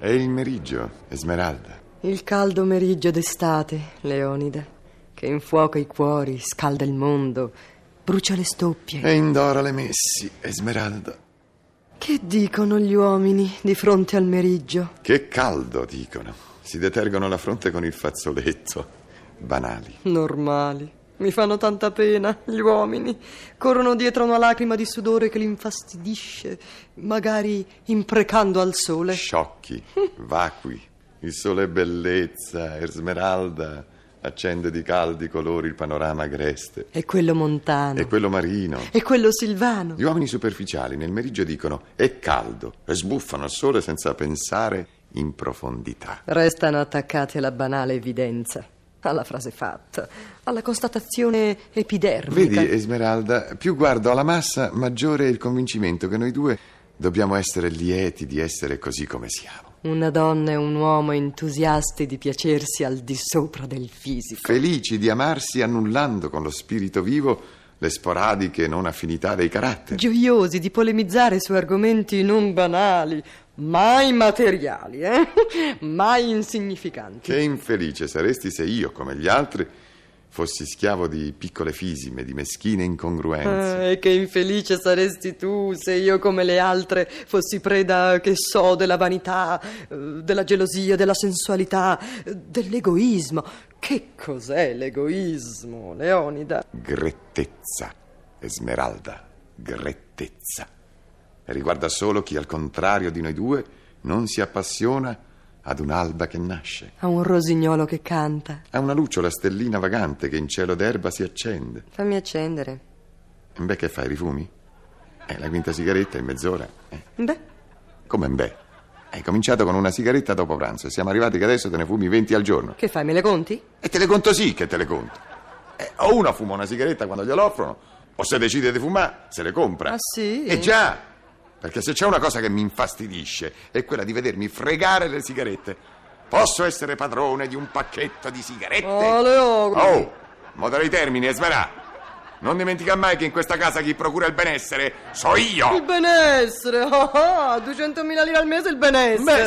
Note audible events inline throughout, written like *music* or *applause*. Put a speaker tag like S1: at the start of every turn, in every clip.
S1: È il meriggio, Esmeralda.
S2: Il caldo meriggio d'estate, Leonide, che infuoca i cuori, scalda il mondo, brucia le stoppie.
S1: E indora le messi, Esmeralda.
S2: Che dicono gli uomini di fronte al meriggio?
S1: Che caldo, dicono. Si detergono la fronte con il fazzoletto. Banali.
S2: Normali. Mi fanno tanta pena gli uomini. Corrono dietro una lacrima di sudore che li infastidisce, magari imprecando al sole.
S1: Sciocchi, vacui. Il sole è bellezza, Esmeralda. Accende di caldi colori il panorama agreste.
S2: E quello montano.
S1: E quello marino.
S2: E quello silvano.
S1: Gli uomini superficiali nel meriggio dicono è caldo e sbuffano al sole senza pensare in profondità.
S2: Restano attaccati alla banale evidenza, alla frase fatta, alla constatazione epidermica.
S1: Vedi, Esmeralda, più guardo alla massa, maggiore è il convincimento che noi due dobbiamo essere lieti di essere così come siamo.
S2: Una donna e un uomo entusiasti di piacersi al di sopra del fisico.
S1: Felici di amarsi annullando con lo spirito vivo le sporadiche non affinità dei caratteri.
S2: Gioiosi di polemizzare su argomenti non banali, mai materiali, eh? *laughs* mai insignificanti.
S1: Che infelice saresti se io, come gli altri, fossi schiavo di piccole fisime, di meschine incongruenze.
S2: Ah, e che infelice saresti tu se io come le altre fossi preda, che so, della vanità, eh, della gelosia, della sensualità, eh, dell'egoismo. Che cos'è l'egoismo, Leonida?
S1: Grettezza, Esmeralda, grettezza. E riguarda solo chi, al contrario di noi due, non si appassiona ad un'alba che nasce,
S2: A un rosignolo che canta.
S1: a una lucciola stellina vagante che in cielo d'erba si accende.
S2: Fammi accendere.
S1: Beh, che fai, rifumi? Eh, la quinta sigaretta in mezz'ora. Eh,
S2: Beh,
S1: come beh? Hai cominciato con una sigaretta dopo pranzo e siamo arrivati che adesso te ne fumi 20 al giorno.
S2: che fai, me le conti?
S1: E te le conto sì che te le conto. Eh, o uno fuma una sigaretta quando glielo offrono, o se decide di fumare, se le compra.
S2: Ah, sì?
S1: E già! Perché se c'è una cosa che mi infastidisce è quella di vedermi fregare le sigarette. Posso essere padrone di un pacchetto di sigarette?
S2: Oh, Leo!
S1: Oh, modo dei termini, Esmerà. Non dimentica mai che in questa casa chi procura il benessere so
S2: Il
S1: io.
S2: benessere! *laughs* Ah, ah, 200.000 lire al mese il benessere!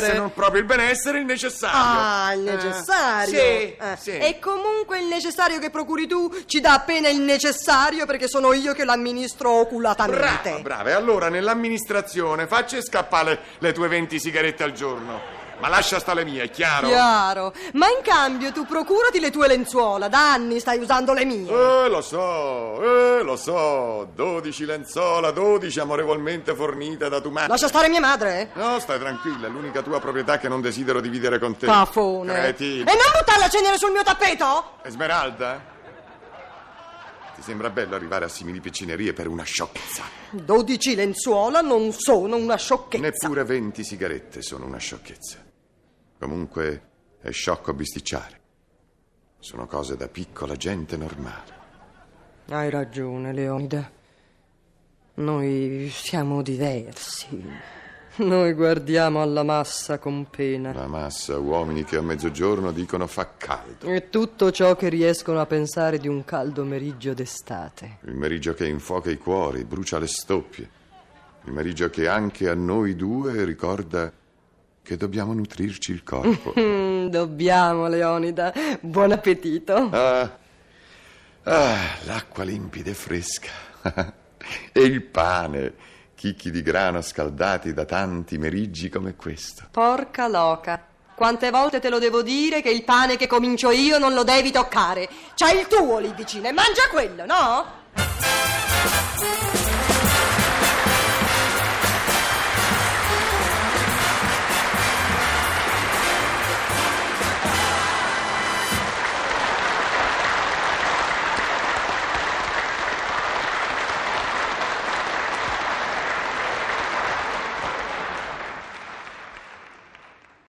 S1: Beh, se non proprio il benessere, il necessario.
S2: Ah, il necessario!
S1: Eh,
S2: Eh,
S1: sì, sì.
S2: E comunque il necessario che procuri tu ci dà appena il necessario perché sono io che l'amministro oculatamente.
S1: Brava, brava. E allora nell'amministrazione facci scappare le tue 20 sigarette al giorno. Ma lascia stare le mie, è chiaro?
S2: Chiaro, ma in cambio tu procurati le tue lenzuola, da anni stai usando le mie.
S1: Eh, lo so, eh, lo so. 12 lenzola, 12 amorevolmente fornite da tu madre.
S2: Lascia stare mia madre, eh?
S1: No, stai tranquilla, è l'unica tua proprietà che non desidero dividere con te.
S2: Cafone. Eh. E
S1: Cretino.
S2: non buttare la cenere sul mio tappeto?
S1: Esmeralda? Ti sembra bello arrivare a simili piccinerie per una sciocchezza?
S2: 12 lenzuola non sono una sciocchezza.
S1: Neppure 20 sigarette sono una sciocchezza. Comunque è sciocco bisticciare. Sono cose da piccola gente normale.
S2: Hai ragione, Leonida. Noi siamo diversi. Noi guardiamo alla massa con pena.
S1: La massa uomini che a mezzogiorno dicono fa caldo.
S2: E tutto ciò che riescono a pensare di un caldo meriggio d'estate.
S1: Il meriggio che infuoca i cuori, brucia le stoppie. Il meriggio che anche a noi due ricorda che dobbiamo nutrirci il corpo.
S2: Mm, dobbiamo, Leonida. Buon appetito.
S1: Ah, ah, l'acqua limpida e fresca. *laughs* e il pane, chicchi di grano scaldati da tanti meriggi come questo.
S2: Porca loca. Quante volte te lo devo dire che il pane che comincio io non lo devi toccare. C'hai il tuo lì vicino e mangia quello, no?